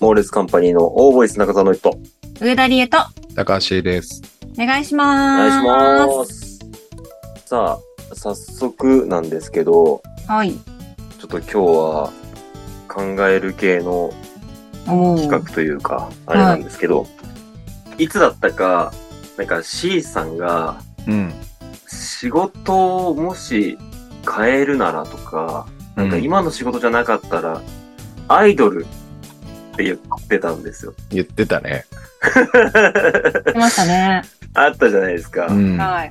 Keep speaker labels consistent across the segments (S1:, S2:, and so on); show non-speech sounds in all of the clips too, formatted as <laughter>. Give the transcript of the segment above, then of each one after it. S1: モーレスカンパニーの大ボイス中澤の人。
S2: 上田理恵と、
S3: 高橋です。
S2: お願いし
S1: お
S2: ま
S1: 願
S2: ー
S1: い
S2: す。
S1: します。さあ、早速なんですけど、
S2: はい。
S1: ちょっと今日は考える系の
S2: お
S1: 企
S2: ー
S1: 画というか、あれなんですけど、い、つだったか、なんか C さんが
S3: うん。
S1: 仕事をもし変えるならとか、なんか今の仕事じゃなかったら、アイドルって言ってたんですよ。 <laughs>
S3: 言ってたね。
S2: 来ましたね。
S1: あったじゃないですか。
S3: うん。
S2: はい。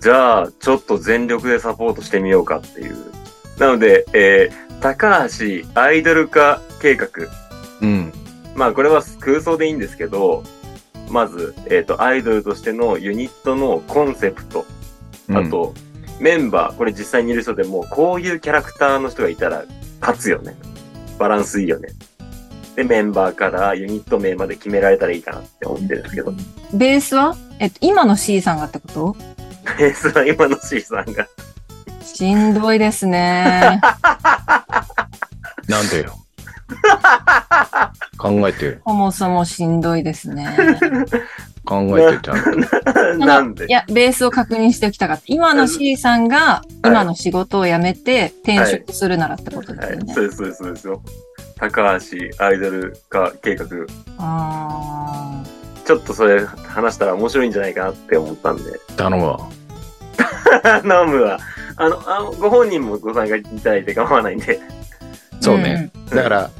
S1: じゃあ、ちょっと全力でサポートしてみようかっていう。なので、えー、高橋アイドル化計画。
S3: うん。
S1: まあ、これは空想でいいんですけど、まず、えっ、と、アイドルとしてのユニットのコンセプト。あと、メンバー、これ実際にいる人でも、こういうキャラクターの人がいたら、勝つよね。バランスいいよね。で、メンバーからユニット名まで決められたらいいかなって思ってるんですけど、
S2: ベースはえっと、今の C さんがってこと
S1: ベ <laughs> ースは今の C さんが。
S2: しんどいで
S1: <laughs>
S2: すね。
S3: うん。なんでよ。考えてよ。
S2: そもそもしんどいですね。
S3: 考えてちゃんと。
S1: なんで
S2: いや、ベースを確認しておきたかった。今の C さんが、今の仕事を辞めて転職するならってことで
S1: は
S2: すよ
S1: い、
S2: ね。
S1: そうです、そうです、そうですよ。高橋アイドル化計画、ち
S2: あー
S1: ょっとそれ話したら面白いんじゃないかなって思ったんで。 <laughs>
S3: 頼むわ。
S1: ナムは、あの、あご本人もご参加いただいて構わないんで。
S3: そうね。。だから、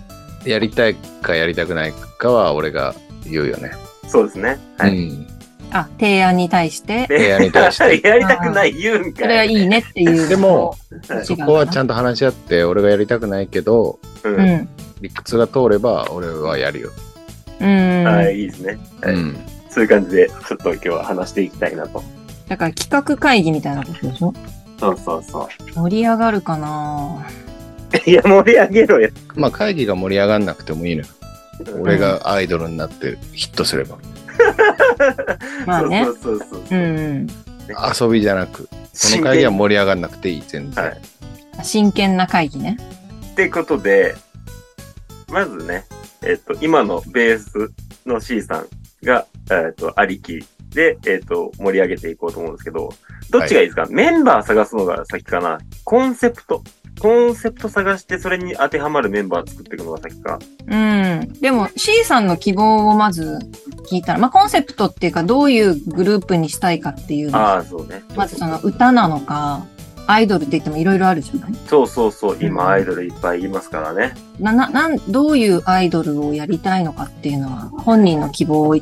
S3: やりたいかやりたくないかは俺が言うよね。
S1: そうですね。は
S3: う
S1: い。
S3: ん。
S2: うんあ、提案に対して、
S1: で
S3: 提案に対して
S1: <laughs> やりたくない言うん
S2: そ
S1: か。
S2: れはいいいねっていう。
S3: でも、
S1: はい
S3: そこはちゃんと話し合って、俺がやりたくないけど、
S1: うん
S2: う。ん。
S3: 理屈が通れば俺はやるよ。
S2: うん。
S1: はい、いいですね。
S3: う
S1: はい
S3: ん。
S1: そういう感じで、ちょっと今日は話していきたいなと。
S2: だから企画会議みたいなことでしょ
S1: そうそうそ
S2: 盛り上がるかな
S1: う。 <laughs> いや、盛り上げろよ。
S3: まあ会議が盛り上がんなくてもいいのよ。俺がアイドルになってヒットすれば。
S2: まあね
S1: <laughs> そうそう <laughs> そうそうう。
S2: ん。
S3: 遊びじゃなく、この会議は盛り上がんなくていい、全然。
S1: はい
S2: 真剣な会議ね。
S1: ってことで、まずね、えっ、と、今のベースの C さんが、えっ、と、ありきで、えっ、と、盛り上げていこうと思うんですけど、どっちがいいですか、メンバー探すのが先かなコンセプト。コンセプト探して、それに当てはまるメンバー作っていくのが先か。
S2: うん。でも C さんの希望をまず聞いたら、まあコンセプトっていうかどういうグループにしたいかっていうの。
S1: ああ、そうね。
S2: まずその歌なのか、アイドルって言ってもいろいろあるじゃない
S1: そうそうそう。今、アイドルいっぱいいますからね。 <laughs>
S2: な、な、なん、どういうアイドルをやりたいのかっていうのは本人の希望を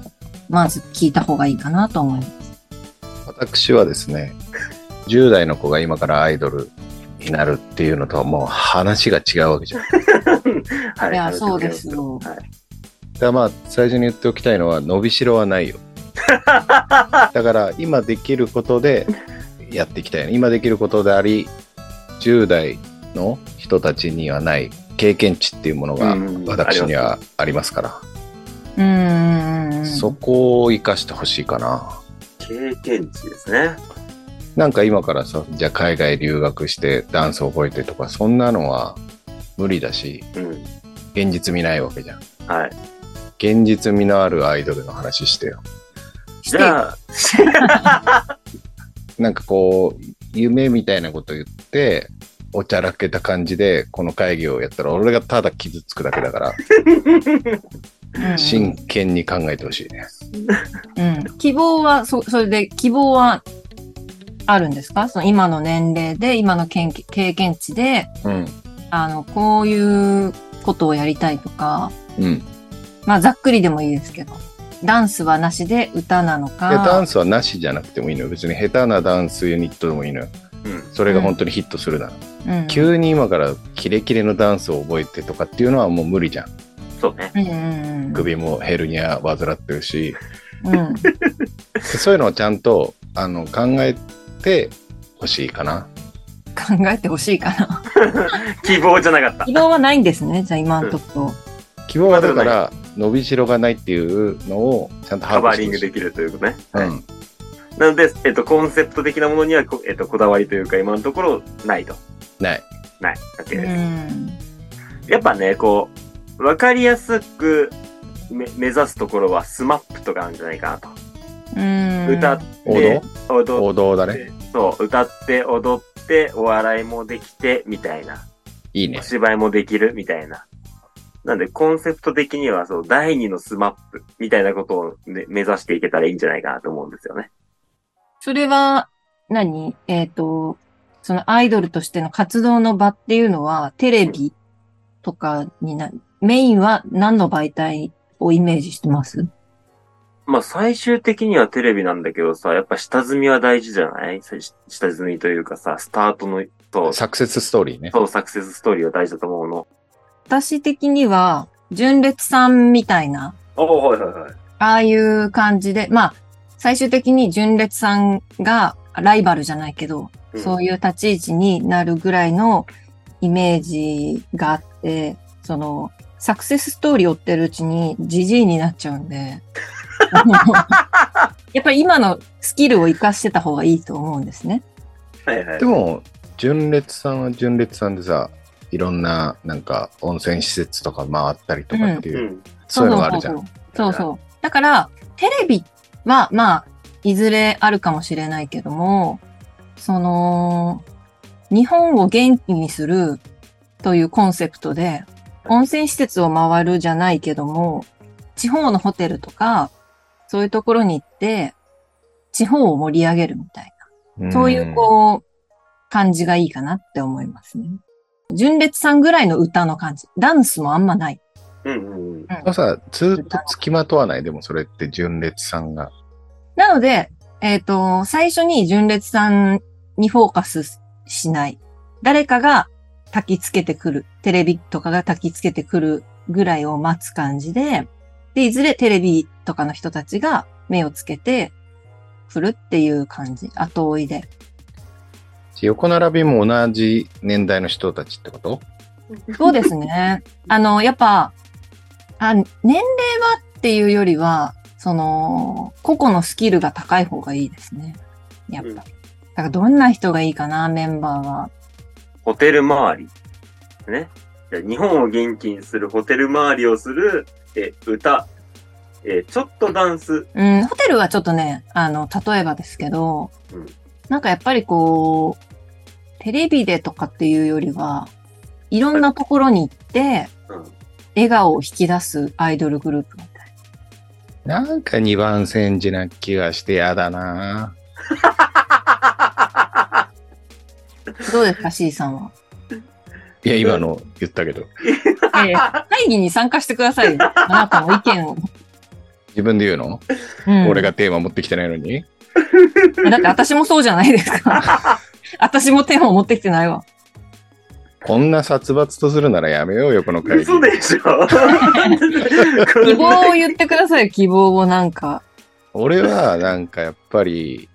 S2: まず聞いた方がいいかなと思います。
S3: 私はですね、10代の子が今からアイドルになるっていうのとはもう話が違うわけじゃん。だか
S1: はい
S2: や
S1: 話して
S2: そう
S1: くれ
S2: で
S1: ます
S2: よ
S1: はい
S3: らまあ、最初に言っておきたいのは、伸びしろはないよ。だから今できることでやっていきたいね。今できることであり、10代の人たちにはない経験値っていうものが
S1: うん
S3: 私にはありますから、
S2: うんうんうんうん。
S3: そこを活かしてほしいかな。
S1: 経験値ですね。
S3: なんか今からさ、じゃあ海外留学してダンス覚えてとか、そんなのは無理だし、
S1: うん。
S3: 現実味ないわけじゃん。
S1: はい。
S3: 現実味のあるアイドルの話してよ。
S2: し
S1: じ
S2: て
S1: ゃあ、
S2: <laughs>
S3: なんかこう、夢みたいなこと言って、おちゃらけた感じで、この会議をやったら、俺がただ傷つくだけだから、
S2: うん
S3: 真剣に考えてほしいね。
S2: うん、希望はそ、それで希望はあるんですかその今の年齢で、今のけん経験値で、
S3: うん。
S2: あの、こういうことをやりたいとか、
S3: うん。
S2: まあざっくりでもいいですけど、ダンスはなしで歌なの
S3: でダン
S2: か、
S3: スはなしじゃなくてもいいのよ。別に下手なダンスユニットでもいいのよ。
S1: うん。
S3: それが本当にヒットするなら。
S2: うん、
S3: 急に今からキレキレのダンスを覚えてとかっていうのはもう無理じゃん。
S1: そうね。
S2: うんうん
S3: 首もヘルニア患ってるし
S2: うん、うん
S3: そういうのをちゃんとあの考えてほしいかな
S2: 考えてほしいか
S3: <laughs>
S2: な。
S1: 希望じゃなかった。
S2: 希望はないんですね、じゃあ今のとこ
S3: 希望はだから伸びしろがないっていうのをちゃんと
S1: カ
S3: 把
S1: バ
S3: 握
S1: ーリング
S3: して
S1: で
S3: ほし
S1: きる
S3: い
S1: ということね。
S3: うん、
S1: なので、えっと、コンセプト的なものにはこ、えっと、こだわりというか、今のところ、ないと。
S3: ない
S1: ない。だけ
S2: ろ。う
S1: です。
S2: ん。
S1: やっぱね、こう、わかりやすく、め目指すところはスマップとかなんじゃないかなと。
S2: うん。
S1: 歌っ
S3: 王
S1: て、踊っ
S3: 王道だね。
S1: て、そう、歌って、踊って、お笑いもできて、みたいな。
S3: いいね
S1: お。芝居もできるみたいな。なんで、コンセプト的には、そう、第二のスマップみたいなことをね、目指していけたらいいんじゃないかなと思うんですよね。
S2: それは何、えっ、と、そのアイドルとしての活動の場っていうのは、テレビとかにな、メインは何の媒体をイメージしてます
S1: まあ、最終的にはテレビなんだけどさ、やっぱ下積みは大事じゃないさ下積みというかさ、スタートの、そう、
S3: サクセスストーリーね。
S1: そう、サクセスストーリーは大事だと思うの。
S2: 私的には、純烈さんみたいな、
S1: おおはいはいはい。
S2: ああいう感じで、まあ、最終的に純烈さんがライバルじゃないけど、そういう立ち位置になるぐらいのイメージがあって、その、サクセスストーリー追ってるうちにジジイになっちゃうん
S3: <laughs>
S2: で、あのやっぱり今のスキルを活かしてた方がいいと思うんですね。
S1: はいはい
S3: でも、純烈さんは純烈さんでさ、いろんな、なんか、温泉施設とか回ったりとかっていうう、
S1: ん。
S3: そういうのがあるじゃん。
S2: そうそう。だから、テレビは、まあ、いずれあるかもしれないけども、その、日本を元気にするというコンセプトで、温泉施設を回るじゃないけども、地方のホテルとか、そういうところに行って、地方を盛り上げるみたいな、そういうこう、感じがいいかなって思いますね。純烈さんぐらいの歌の感じ。ダンスもあんまない。
S1: うんうんうん。
S3: うん。さ、ずっと付きまとわない。でも、それって純烈さんが。
S2: なので、えっ、と、最初に純烈さんにフォーカスしない。誰かが焚きつけてくる。テレビとかが焚きつけてくるぐらいを待つ感じで、で、いずれテレビとかの人たちが目をつけてくるっていう感じ。後追いで。
S3: 横並びも同じ年代の人たちってこと
S2: そうですね。あの、やっぱ、あ年齢はっていうよりは、その、個々のスキルが高い方がいいですね。やっぱ。
S1: うん
S2: だからどんな人がいいかな、メンバーは。
S1: ホテル周り。ね。じゃあ日本を元気にするホテル周りをする、え、歌、え、ちょっとダンス。
S2: うん、ホテルはちょっとね、あの、例えばですけど、
S1: うん
S2: なんかやっぱりこう、テレビでとかっていうよりは、いろんなところに行って、
S1: うん。
S2: 笑顔を引き出すアイドルグループみたい
S3: なんか二番煎じな気がしてやだな
S2: な。どうですか、C さんは。
S3: いや、今の言ったけど、
S2: ええ会議に参加してくださいよ。あなたの意見を。
S3: 自分で言うの、
S2: うん
S3: 俺がテーマ持ってきてないのに
S2: だって私もそうじゃないですか。私も手を持ってきてないわ。
S3: こんな殺伐とするならやめようよ、この会議。
S1: 嘘でしょ
S2: <laughs> 希望を言ってくださいよ、希望をなんか。
S3: 俺はなんかやっぱり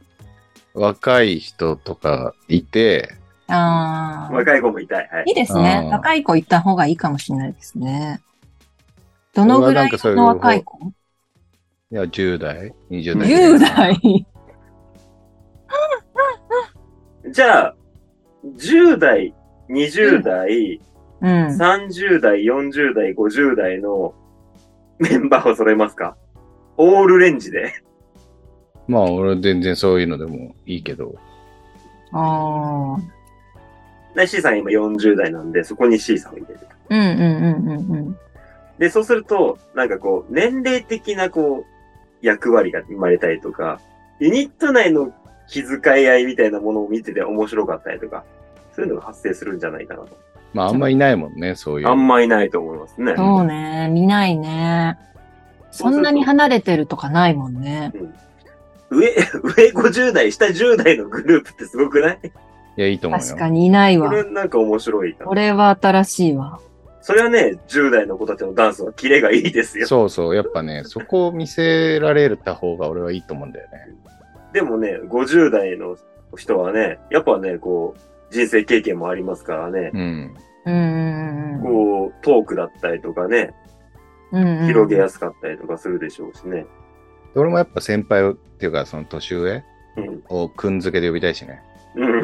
S3: 若い人とかいて、
S2: あ
S1: <laughs>
S2: あ。
S1: 若い子もいたい。はい
S2: いいですね
S3: う。ん
S2: 若い子行った方がいいかもしれないですね。どのぐらいの若い子
S3: いや10代、20代。
S2: 10代。
S1: じゃあ、10代、20代、
S2: うん。
S1: 30代、40代、50代のメンバーを揃えますかオールレンジで。
S3: まあ俺全然そういうのでもいいけど、
S2: ああ。
S1: で C さん今40代なんで、そこに C さんを入れると。
S2: うんうんうんうんうん。
S1: で、そうすると、なんかこう、年齢的なこう、役割が生まれたりとか、ユニット内の気遣い合いみたいなものを見てて面白かったりとか、そういうのが発生するんじゃないかなと。
S3: まああんまいないもんね、そういう。
S1: あんまいないと思いますね。
S2: そうね。見ないね。そんなに離れてるとかないもんね。
S1: 上、上50代、下10代のグループってすごくない
S3: いや、いいと思うよ。
S2: 確かにいない
S1: こ
S2: わ。
S1: れなんか面白いか
S2: こ
S1: な。
S2: れは新しいわ。
S1: それはね、10代の子たちのダンスはキレがいいですよ。
S3: そうそう、やっぱね、 <laughs> そこを見せられた方が俺はいいと思うんだよね。
S1: でもね、50代の人はね、やっぱね、こう、人生経験もありますからね、
S3: うん。
S2: うんうんうん
S1: こう、トークだったりとかね、
S2: うんうん。
S1: 広げやすかったりとかするでしょうしね。
S3: で俺もやっぱ先輩をっていうか、その年上
S1: うん。
S3: をくんづけで呼びたいしね。
S1: うん。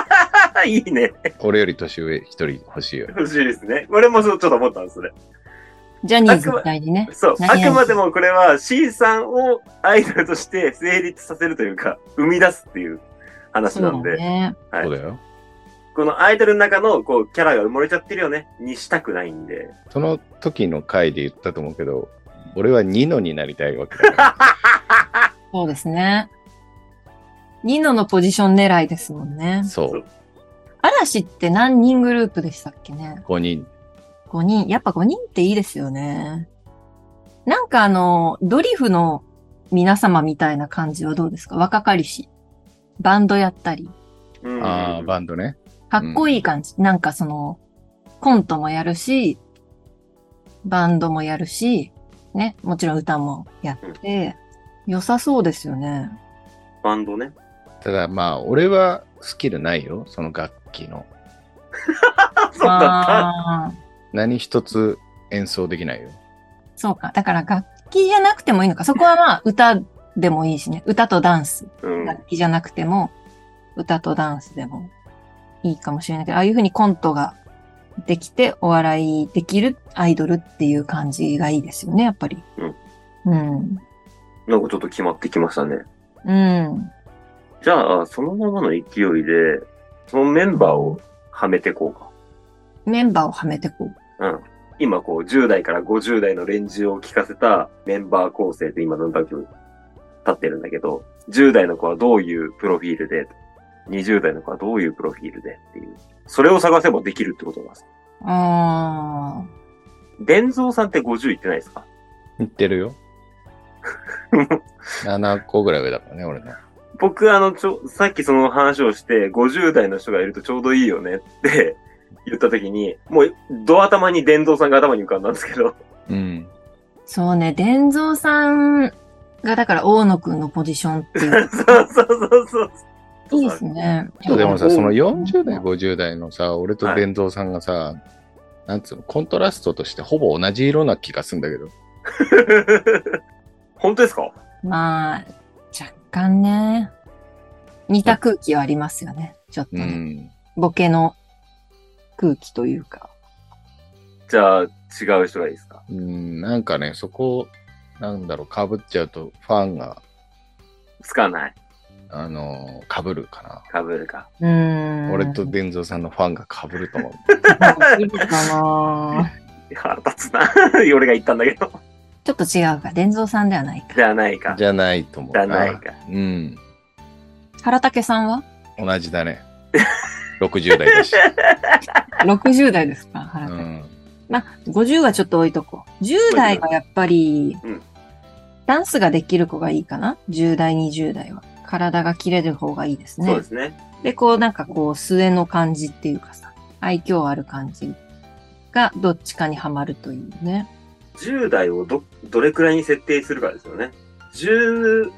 S1: <laughs> いいね。
S3: 俺より年上一人欲しいよ。
S1: 欲しいですね。俺もそうちょっと思ったんですね。
S2: ジャニーズみたいにね。
S1: そう、あ
S2: 何々
S1: くまでもこれは C さんをアイドルとして成立させるというか、 <laughs> 生み出すっていう話なんで、
S2: そうだね。
S1: はい
S3: そうだよ。
S1: このアイドルの中のこうキャラが埋もれちゃってるよね、にしたくないんで。
S3: その時の回で言ったと思うけど、俺はニノになりたいわけ
S1: <laughs>
S3: だから。
S2: そうですね。ニノのポジション狙いですもんね。
S3: そう、
S2: 嵐って何人グループでしたっけね
S3: 5人。
S2: 5人、やっぱ5人っていいですよね。なんかあの、ドリフの皆様みたいな感じはどうですか若かりし。バンドやったり。
S1: うん
S3: ああ、バンドね。
S2: かっこいい感じ。なんかその、コントもやるし、バンドもやるし、ね、もちろん歌もやって、良さそうですよね。
S1: バンドね。 <laughs>
S3: ただまあ、俺はスキルないよ。その楽器の。
S1: あ、そうだっ
S2: あー
S3: 何一つ演奏できないよ。
S2: そうか。だから楽器じゃなくてもいいのか。そこはまあ歌でもいいしね。歌とダンス。
S1: た。うん。
S2: 楽器じゃなくても、歌とダンスでもいいかもしれないけど、ああいうふうにコントができて、お笑いできるアイドルっていう感じがいいですよね、やっぱり。うん。
S1: なんかちょっと決まってきましたね。
S2: うん。
S1: じゃあ、そのままの勢いで、そのメンバーをはめてこうか。
S2: メンバーをはめてこう。
S1: 今こう10代から50代のレンジを聞かせたメンバー構成で今の段階に立ってるんだけど、10代の子はどういうプロフィールで、20代の子はどういうプロフィールでっていう。それを探せばできるってことなんです。
S2: あ
S1: 伝蔵さんって50いってないですか <laughs>
S3: 言ってるよ。7個ぐらい上だからね、俺の。
S1: 僕あの、ちょ、さっきその話をして、50代の人がいるとちょうどいいよねって言った時に、もう、ド頭に伝蔵さんが頭に浮かんだんですけ
S2: <laughs>
S1: ど、
S3: うん。
S2: ーそうね、伝蔵さんが、だから、大野くんのポジションっていう。
S1: そうそうそうそう。
S2: いいですね。
S3: そうでも
S1: う
S3: さ、
S1: ん
S3: その40代、50代のさ、俺と伝蔵さんがさ、なんつうの、コントラストとしてほぼ同じ色な気がするんだけど、
S1: <laughs> 本当ですか
S2: まあ、若干ね、似た空気はありますよね。ちょっと
S3: う
S2: ね。
S3: ん。
S2: ボケの空気というか。
S1: じゃあ、違う人がいいですか
S3: うん、なんかね、そこ、なんだろう、かぶっちゃうと、ファンが、
S1: つかない。
S3: あのー、かぶるか
S1: かぶるか。
S2: うー
S3: な。
S2: ん
S3: 俺と伝蔵さんのファンがかぶると思う。
S2: いいかな
S1: 腹立つな。 <laughs> 俺が言ったんだけど。
S2: <laughs> ちょっと違うか。伝蔵さんではないか。
S1: じゃあないか。じ
S3: じゃないと思う。
S1: ゃあない。か。
S3: うん。
S2: 原武さんは
S3: 同じだね。60代だし。
S2: ?60 代ですか
S3: う
S2: 原武、
S3: ん。
S2: まあ、50はちょっと置いとこう。10代がやっぱり、
S1: うん
S2: ダンスができる子がいいかな。10代、20代は。体が切れる方がいいです
S1: そう
S2: ね
S1: で。すね。
S2: で、こうなんかこう末の感じっていうかさ、愛嬌ある感じがどっちかにはまるというね。
S1: 10代をど、どれくらいに設定するかですよね。15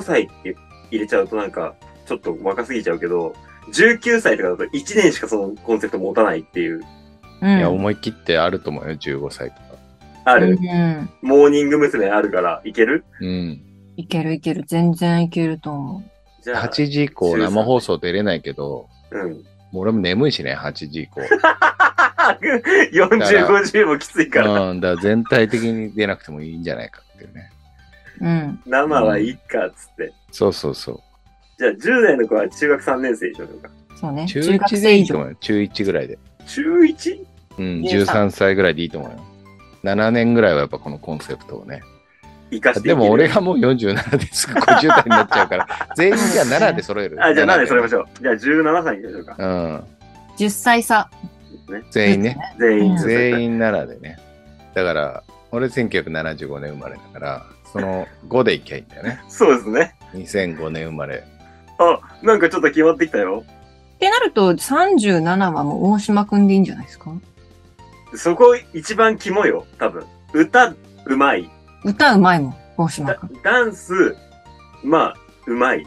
S1: 歳って入れちゃうとなんか、ちょっと若すぎちゃうけど、19歳とかだと1年しかそのコンセプト持たないっていう、
S2: うん、
S3: いや、思い切ってあると思うよ、15歳とか。
S1: ある、
S2: うん
S1: モーニング娘。あるから、いける
S3: うん。
S2: いけるいける。全然いけると思
S1: じゃあ、
S3: 8時以降生放送出れないけど、
S1: うん。 <laughs>
S3: もう俺も眠いしね、8時以降。
S1: 40、50もきついから、
S3: うん、だから全体的に出なくてもいいんじゃないかっていうね。
S2: う。うん。
S1: 生はいいか、っつって。
S3: そうそうそう。
S1: じゃあ、10代の子は中学3年生以上とか。
S2: そうね。
S3: 中
S2: 中学
S3: 1
S2: 生
S3: でい
S2: 以
S3: いと
S2: 上。
S3: 思うよ。中1ぐらいで。
S1: 中 1?
S3: うん、
S2: 13
S3: 13歳ぐらいでいいと思うよ。7年ぐらいはやっぱこのコンセプトをね。
S1: 生かしていけ
S3: で
S1: る
S3: も俺がもう47ですぐ50代になっちゃうから、全員じゃあ7で揃える。
S1: あ、じゃあ何で揃えま
S3: ょ
S1: しょう。じゃあ17歳にしましょうか。
S3: う。うん。
S2: 10歳差。
S3: 全員ね。
S1: 全員
S2: うん
S3: 全員7でね。だから、俺1975年生まれだから、その5でいきゃいいんだよね。
S1: そうですね。
S3: 2005年生まれ。
S1: あ、なんかちょっと決まってきたよ。
S2: ってなると、37はもう大島くんでいいんじゃないですか
S1: そこ一番キモよ、多分。歌、うまい。
S2: 歌うまいもん、大島
S1: ダ
S2: くん。
S1: ダンス、まあ、うまい。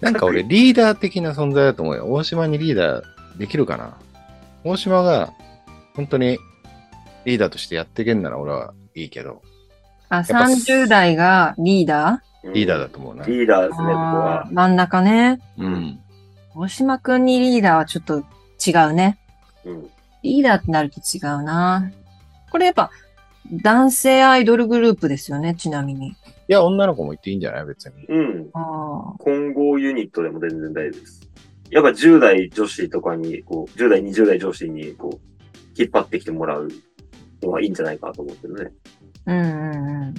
S3: なんか俺、リーダー的な存在だと思うよ。大島にリーダーできるかな大島が、本当にリーダーとしてやっていけんなら俺はいいけど、
S2: あ、
S3: ぱ
S2: 30代がリーダ
S1: うん
S3: リーダーだ。と思うな。
S1: リーダー
S2: ー
S1: ですね、僕
S2: あ
S1: は
S2: ー。真ん中ね。
S3: うん。
S2: 大島くんにリーダーはちょっと違うね。
S1: うん。
S2: リーダーってなると違うな。これやっぱ、男性アイドルグループですよね、ちなみに。
S3: いや、女の子も行っていいんじゃない別に。
S1: うん。
S2: ああ。
S1: 混合ユニットでも全然大丈夫です。やっぱ10代女子とかに、こう、10代、20代女子に、こう、引っ張ってきてもらうのはいいんじゃないかと思ってるね。
S2: うんうんうん。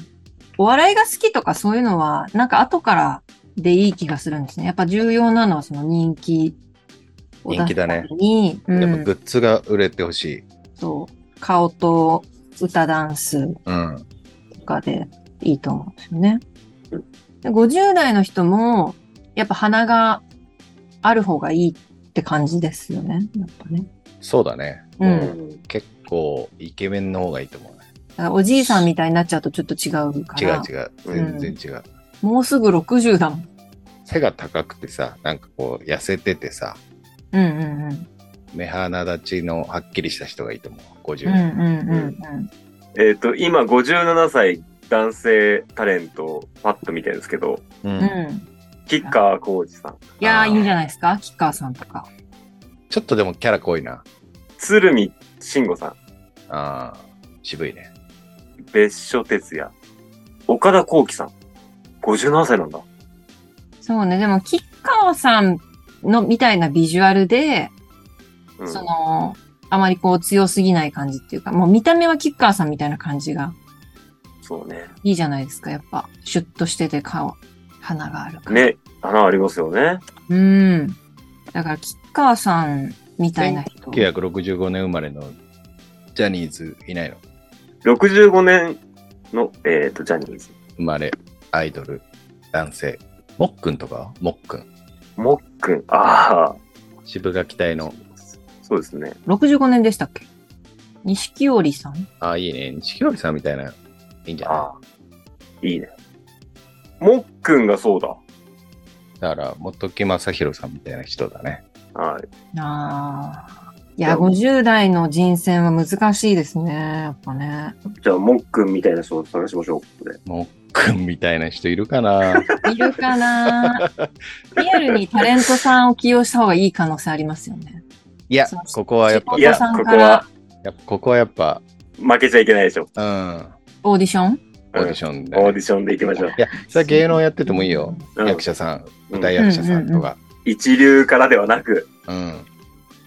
S2: お笑いが好きとかそういうのは、なんか後からでいい気がするんですね。やっぱ重要なのはその人気を出
S3: 人気
S2: す
S3: だ
S2: た
S3: ね
S2: めに、う
S3: やっぱグ
S2: ん、
S3: ッズが売れてほしい。
S2: そう顔と歌ダンス
S3: うん。
S2: とかでいいと思うんですよね
S1: うん。
S2: で50代の人も、やっぱ鼻がある方がいいって感じですよね。やっぱね。
S3: そうだね。
S2: うん
S1: ん。
S3: 結構イケメンの方がいいと思うね。
S2: だからおじいさんみたいになっちゃうとちょっと違うか
S3: 違
S2: ら。
S3: う違う。全然違う。
S2: もうすぐ60だもん。
S3: 背が高くてさ、なんかこう痩せててさ、
S2: うんうんうん。
S3: 目鼻立ちのはっきりした人がいいと思う。50
S2: うん
S3: 代。
S2: うんうんうん。
S1: えっ、と、今57歳男性タレントをパッと見てるんですけど、
S3: うん
S2: うん。
S1: キッカーコーチさん。
S2: いや
S3: あ
S2: ー、
S3: ー
S2: いいんじゃないですかキッカーさんとか。
S3: ちょっとでもキャラ濃いな。
S1: 鶴見慎吾さん。
S3: ああ、渋いね。
S1: 別所哲也。岡田幸輝さん。57歳なんだ。
S2: そうね、でも、キッカーさんのみたいなビジュアルで、
S1: うん
S2: その、あまりこう強すぎない感じっていうか、もう見た目はキッカーさんみたいな感じが
S1: そうね。
S2: いいじゃないですか、やっぱ。シュッとしてて顔、鼻があるから。。
S1: 目、穴ありますよね。
S2: うん。だから、キッカーさんみたいな人。
S3: 965年生まれのジャニーズいないの
S1: 65年の、えっ、と、ジャニーズ。
S3: 生まれ、アイドル、男性。もっくんとかはもっくん。
S1: もっくん。ああ。
S3: 渋垣隊の。
S1: そうですね。
S2: 65年でしたっけ錦織さん
S3: ああ、いいね。錦織さんみたいな。いいんじゃな
S1: ああ。いいね。もっくんがそうだ。
S3: いだから、本木正宏さんみたいな人だね。
S1: はい。
S2: ああ。いや、50代の人選は難しいですね、やっぱね。
S1: じゃあ、もっくんみたいな人を探しましょう。ここで
S3: もっくんみたいな人いるかな
S2: いるか <laughs> なリアルにタレントさんを起用した方がいい可能性ありますよね。
S3: <laughs> いや
S2: そう、そう
S3: ここはやっぱ、
S2: お
S1: い
S2: 父
S1: や、
S2: さん
S1: ここ
S2: から
S1: は
S3: やっぱここはやっぱ、
S1: 負けちゃいけないでしょ。
S3: うん、オ
S2: オーディション
S3: ーディションで、
S1: オーディションで行きましょう。
S3: いや、それは芸能やっててもいいよ。
S1: うん
S3: 役者さん、舞台役者さんとか。
S1: 一流からではなく、 <laughs>
S3: うん。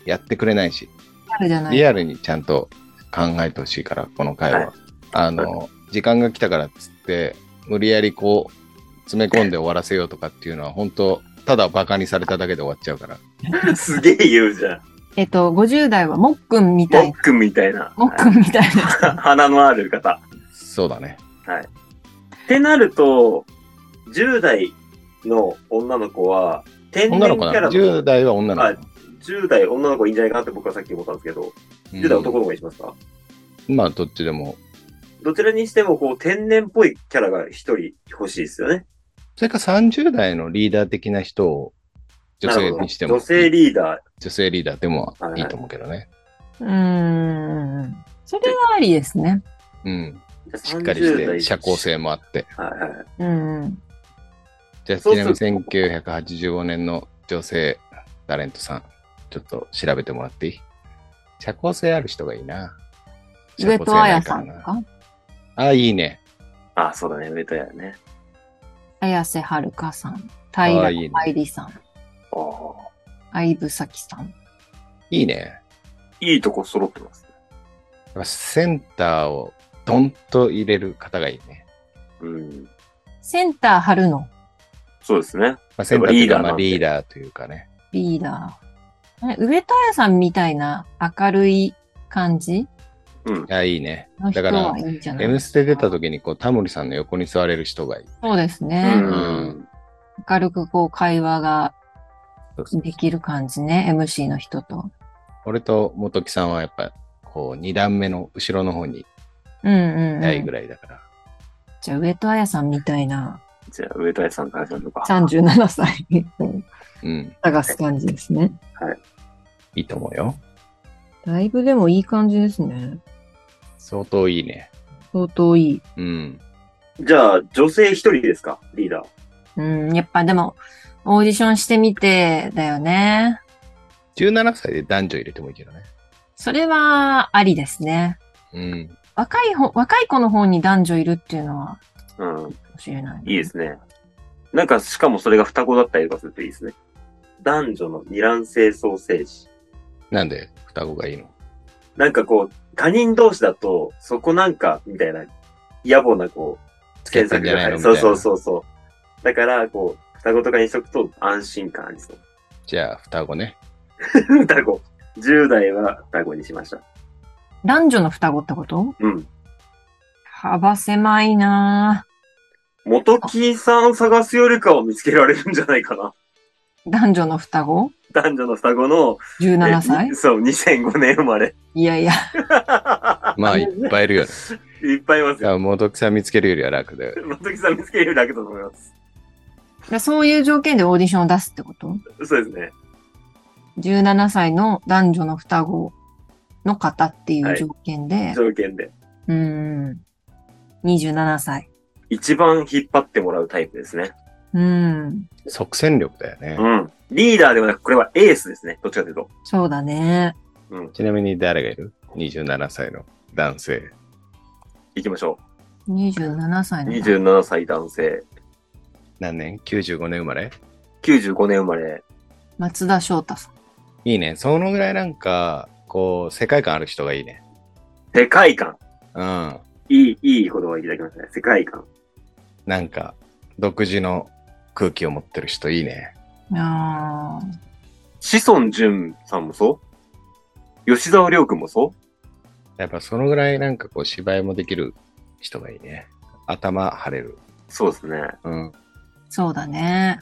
S3: やってくれないし、
S2: あるじゃない
S3: リアルにちゃんと考えてほしいから、この回は。
S1: は
S3: あの、時間が来たからっつって、無理やりこう、詰め込んで終わらせようとかっていうのは、本当ただバカにされただけで終わっちゃうから。
S1: すげえ言うじゃん。
S2: えっと、50代はもっくんみた
S1: もっ
S2: い。
S1: くんみたいな。
S2: もっくんみたいな。
S1: <laughs> 鼻のある方。
S3: そうだね。
S1: ってなると、10代の女の子は、天然キ
S3: 女の子な
S1: ャラ
S3: の
S1: の
S3: ?10 代は女の子。
S1: 10代女の子いいんじゃないかなって僕はさっき思ったんですけど、
S3: うん
S1: 10代男の子にしますか、
S3: まあ、どっちでも。
S1: どちらにしても、こう、天然っぽいキャラが一人欲しいですよね。
S3: それか30代のリーダー的な人を女
S1: な
S3: 性
S1: るほど
S3: にしても、
S1: 女性リーダー。
S3: 女性リーダーでもいいと思うけどね。
S2: <laughs> うーん。それはありですね。
S3: うん。し
S1: し
S3: っかりして、社交。性もあって。
S1: はいはい。
S2: うんうん。
S3: じゃあ、ち
S1: そう
S3: な
S1: す
S3: み
S1: る
S3: に
S1: と
S3: 1985年の女性タレントさん、ちょっと調べてもらっていい社交性ある人がいいな。
S2: 上戸彩さんと
S3: 社交性ないらな
S2: か、
S3: あ、いいね。
S1: あ、そうだね、上戸やね。
S2: 綾瀬はるかさん、平
S3: いいね
S2: 愛理さん、
S1: ああ。
S2: 相武咲さん。
S3: いいね。
S1: いいとこ揃ってますね。
S3: やっぱセンターをドンと入れる方がいいね。
S1: うん。
S2: センター張るの
S1: そうですね。
S3: まあ、センターというか、
S1: やっぱリーダーなんで
S3: まあ、リーダーというかね。
S2: リーダー。え上戸彩さんみたいな明るい感じ
S1: うん。
S3: あ、いいね。
S2: の人
S3: だから
S2: はいいんじゃない
S3: M ステ出た時にこうタモリさんの横に座れる人がいい。
S2: そうです
S1: う
S2: ね。
S1: ん。
S2: 明るくこう会話が
S3: そうそう
S2: できる感じね、MC の人と。
S3: 俺と元木さんはやっぱこう2段目の後ろの方にい
S2: うんうん、うん。
S3: たいぐらいだから。
S2: じゃあ、上戸彩さんみたいな
S1: じゃあ、上戸彩さんからしましょうか。
S2: 37歳を
S3: うん、
S2: 探す感じですね。
S3: いいと思うよ。
S2: だいぶでもいい感じですね。
S3: 相当いいね。
S2: 相当いい。
S3: うん。
S1: じゃあ、女性一人ですかリーダー。
S2: うん、やっぱでも、オーディションしてみてだよね。
S3: 17歳で男女入れてもいいけどね。
S2: それはありですね。
S3: うん。
S2: 若い方、若い子の方に男女いるっていうのは、
S1: うん。
S2: かもしれない。
S1: いいですね。なんか、しかもそれが双子だったりとかするといいですね。男女の二卵性双生児。
S3: なんで双子がいいの
S1: なんかこう、他人同士だと、そこなんか、みたいな、野暮なこう、
S3: つけたんじゃないのみた
S1: そう
S3: いな
S1: そうそうそう。だから、こう、双子とかにしとくと安心感ありそう。 <laughs>
S3: じゃあ双子ね。
S1: 双子。10代は双子にしました。
S2: 男女の双子ってこと
S1: うん。
S2: 幅狭いな
S1: 元木さん探すよりかを見つけられるんじゃないかな。 <laughs>
S2: ぁ男女の双子
S1: 男女の双子の、
S2: ?17
S1: え
S2: 歳
S1: そう、2005年生まれ。 <laughs>
S2: いやいや、
S3: まあいっぱいいるよね。
S1: いっぱいいます
S3: い
S1: よ。
S3: や、もどきさん見つけるよりは楽だよ。
S1: 元木さん見つけるより楽だと思います。
S2: そういう条件でオーディションを出すってこと
S1: そうですね。
S2: ?17 歳の男女の双子の方っていう条件で、
S1: 条件で。
S2: うーん、27歳。
S1: 一番引っ張ってもらうタイプですね。
S2: うーん、
S3: 即戦力だよね。
S1: うん。リーダーではなく、これはエースですね。どっちかというと。
S2: そうだね。
S1: うん。
S3: ちなみに誰がいる ?27 歳の男性。
S1: 行きましょ
S2: 27歳
S1: う。
S2: の方。
S1: 27歳男性。
S3: 何年 ?95 年生まれ
S1: 95年生まれ。
S2: 松田翔太さん。
S3: いいね。そのぐらいなんか、こう、世界観ある人がいいね。
S1: 世界観。
S3: うん。
S1: いい、いい言葉をいただきましたね。世界観。
S3: なんか、独自の空気を持ってる人いいね。
S2: あー
S1: 志尊淳さんもそう吉沢亮君もそ
S3: やっぱそのぐらいなんかこう芝居もできる人がいいね。頭晴れる。
S1: うそうですね。
S3: うん。
S2: そうだね。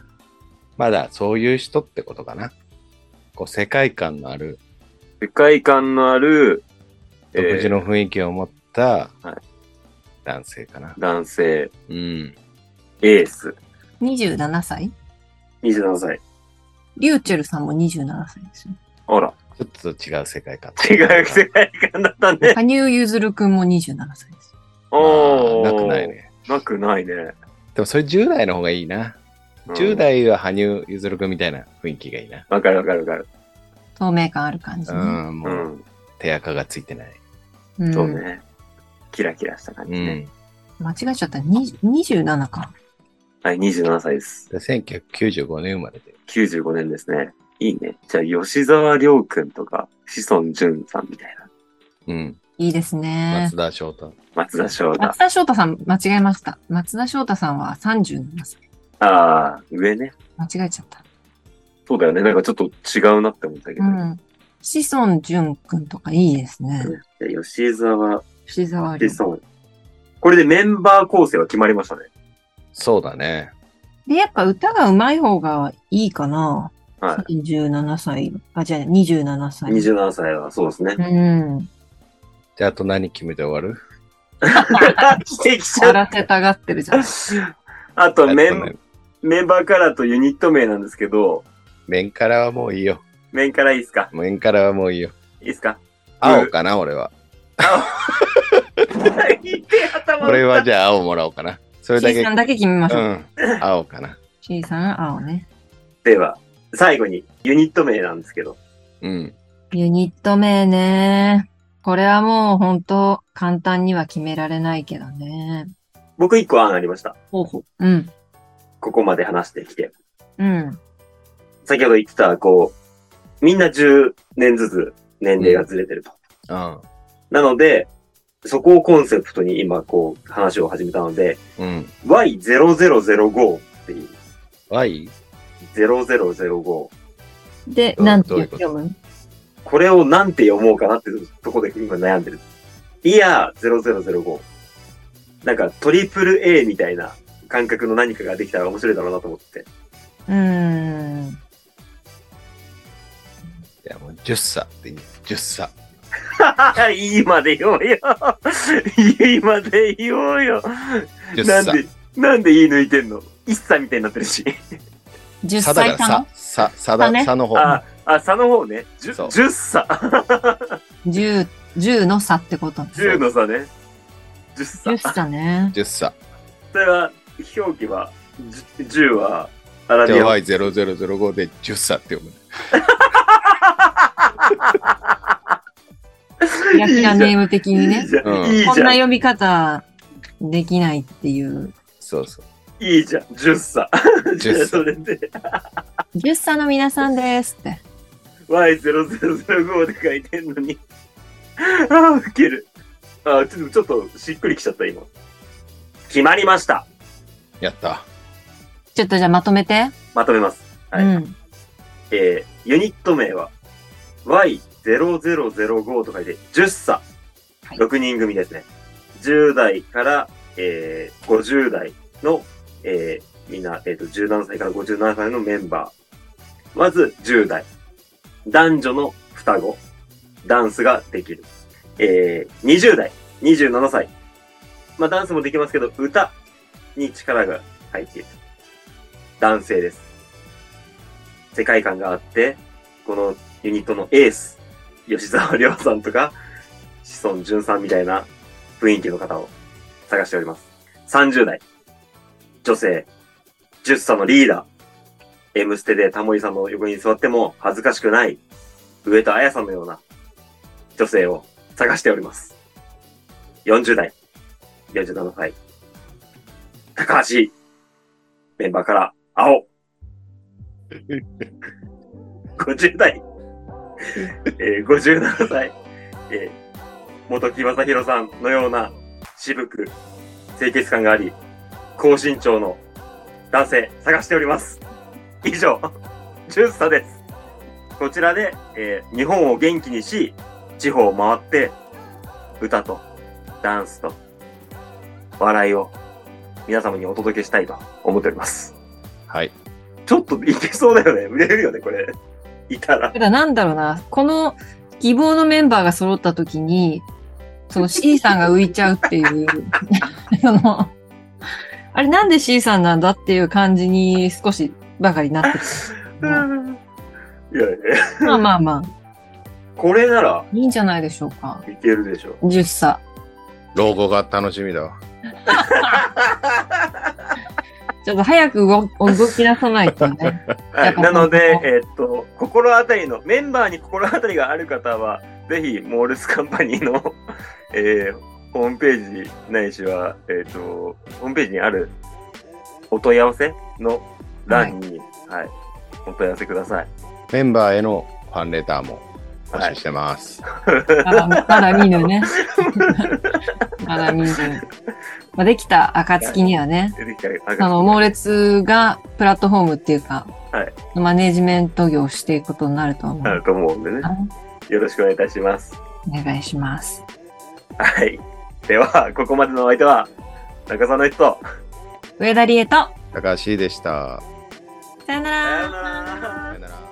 S3: まだそういう人ってことかな。こう世界観のある、
S1: 世界観のある、
S3: 独自の雰囲気を持った
S1: はい
S3: 男性かな。
S1: 男性、
S3: うん。
S1: エース、
S2: 27歳
S1: 27歳。
S2: リューチェルさんも27歳ですよ。
S1: あら、
S3: ちょっと違う世界観。
S1: 違う世界観だったね。
S2: 羽生結弦くんも27歳です。
S1: おー。
S3: まあなくない。ね。
S1: なくないね。
S3: でもそれ10代の方がいいな。
S1: うん
S3: 10代は羽生結弦君みたいな雰囲気がいいな。
S1: わかるわかるわかる。
S2: 透明感ある感じ、ね。
S3: うん、
S1: う。
S3: もうん手垢がついてない。
S2: うん
S1: そうね。キラキラした感じ
S3: う
S1: ね。
S3: ん。
S2: 間違えちゃった。に27か。
S1: はい、27歳です。
S3: で1995年生まれで。
S1: 95年ですね。いいね。じゃあ、吉沢亮君とか、志尊淳さんみたいな。
S3: うん。
S2: いいですね
S3: 松。田翔太。
S1: 松田翔太
S2: 松。田翔太さん、間違えました。松田翔太さんは37歳。
S1: ああ、上ね。
S2: 間違えちゃった。
S1: そうだよね。なんかちょっと違うなって思ったけど。
S2: うん。志尊淳くんとかいいですね。
S1: で吉沢、
S2: 志沢
S1: 志
S2: 亮。
S1: 尊。これでメンバー構成は決まりましたね。
S3: そうだね。
S2: で、やっぱ歌が上手い方がいいかな。
S1: は
S2: 17歳。あ、じゃあ27
S1: い。
S2: 歳。
S1: 27歳はそうですね。
S2: <laughs> うん。
S3: じゃあ、あと何決めて終わる
S1: 指摘しち
S2: 笑
S1: ゃっ
S2: らせたがってるじゃん。
S1: た。あとメン、メンバーカラーとユニット名なんですけど、
S3: 面からはもういいよ。
S1: 面からいいですか
S3: 面からはもういいよ。
S1: いいですか <laughs>
S3: 青かな、俺は。
S1: 言って頭
S3: 俺はじゃあ青もらおうかな。それだ
S2: C
S3: け。
S2: さんだけ決めまし
S3: う
S2: ょう。
S3: ん。青かな。
S2: C さん、青ね。
S1: では、最後にユニット名なんですけど、
S3: うん。
S2: ユニット名ね。これはもう本当簡単には決められないけどね。
S1: 僕一個案ありました。
S2: 候補。うん。
S1: ここまで話してきて。
S2: うん。
S1: 先ほど言ってた、こう、みんな10年ずつ年齢がずれてると。
S3: うん。
S1: なので、そこをコンセプトに今、こう、話を始めたので、
S3: うん。
S1: Y0005 っていう、
S3: Y?
S1: 0005。
S2: で、
S3: うん
S2: なんて
S3: どういうこと
S2: 読む
S1: これをなんて読もうかなってとこで今悩んでる。イヤー0005。なんか、トリプル A みたいな感覚の何かができたら面白いだろうなと思って。
S2: うーん。
S3: いや、もう10差っていい。10差。
S1: 今で <laughs> 言おうよ。今で言おうよ。な
S3: 10
S1: ん
S3: 差。
S1: で、なんで言い抜いてんの一歳みたいになってるし。
S2: 10
S3: 差だか
S2: 歳
S3: ら
S2: 差
S3: さ、さ、さだ
S2: 差、ね
S3: さの方。
S1: あ、あ、差の方ね。十
S3: そう
S1: 10差。
S2: の ?10、10の差ってことね。
S1: 10の差ね。10差。
S2: 10
S1: <laughs>
S2: 差ね。
S3: 10差。
S1: それは、表記は、じ10は、アラ
S3: じ
S1: ビ
S3: ゃ
S1: ア
S3: あ
S1: 語
S3: Y0005 で10差って読む。
S2: キラキラネーム的に
S1: い
S2: ね
S1: い。じゃ
S3: うん
S1: ん、いい
S2: こん
S1: じゃ、
S2: なん呼び方できないっていう。
S3: そうそう。
S1: いいじゃん、10歳。じゃあ <laughs> それで、
S2: 10歳の皆さんですって。
S1: Y0005 で書いてんのに。ああ、ウケる。ああ、ちょっと、ちょっとしっくりきちゃった、今。決まりました。
S3: やった。
S2: ちょっとじゃあまとめて。
S1: まとめます。はい。
S2: うん。
S1: えーユニット名は Y0005 と書いて10差、
S2: はい
S1: 6人組ですね。10代から、えー50代の、えーみんな、えーと17歳から57歳のメンバー。まず10代。男女の双子。ダンスができる。えー20代、27歳。まあダンスもできますけど、歌に力が入っている。男性です。世界観があって、このユニットのエース、吉沢亮さんとか、志尊淳さんみたいな雰囲気の方を探しております。30代、女性、10歳のリーダー、M ステでタモリさんの横に座っても恥ずかしくない、上戸彩さんのような女性を探しております。40代、47歳、高橋、メンバーから青、50代、えー、57歳、えー、元木正宏さんのような渋く清潔感があり、高身長の男性探しております。以上、10差です。こちらで、えー日本を元気にし、地方を回って、歌とダンスと笑いを皆様にお届けしたいと思っております。
S3: はい。
S1: ちょっといけそうだよね。売れるよね、これ。いたら。
S2: ただなんだろうな。この希望のメンバーが揃った時に、その C さんが浮いちゃうっていう、 <laughs> その、あれなんで C さんなんだっていう感じに少しばかりなってき
S1: いやいや、
S2: た。まあまあまあ、
S1: これなら
S2: いいんじゃないでしょうか。
S1: いけるでしょ。
S2: 10歳。
S3: 老後が楽しみだわ。
S2: ちょっと早く動動き出さないとね。
S1: はい、なので、えっと、心当たりの、メンバーに心当たりがある方は、ぜひ、モールスカンパニーの、 <laughs> えーホームページないしは、えっと、ホームページにあるお問い合わせの欄に、はい、お問い合わせください。
S3: メンバーへのファンレターもお待ちしてます。
S2: まだまだ見ぬね。まだ見ぬ。まあ、できた暁にはね、
S1: 出てきたら、
S2: その猛烈がプラットフォームっていうか、
S1: はい
S2: マネジメント業をしていくことになると思う。
S1: なると思うんでね。よろしくお願いいたします。
S2: お願いします。
S1: はい。では、ここまでのお相手は、中澤の人と、
S2: 上田理恵と、
S3: 高橋でした。
S2: さ
S1: さよ
S2: よなら
S1: う。なら
S3: さよなら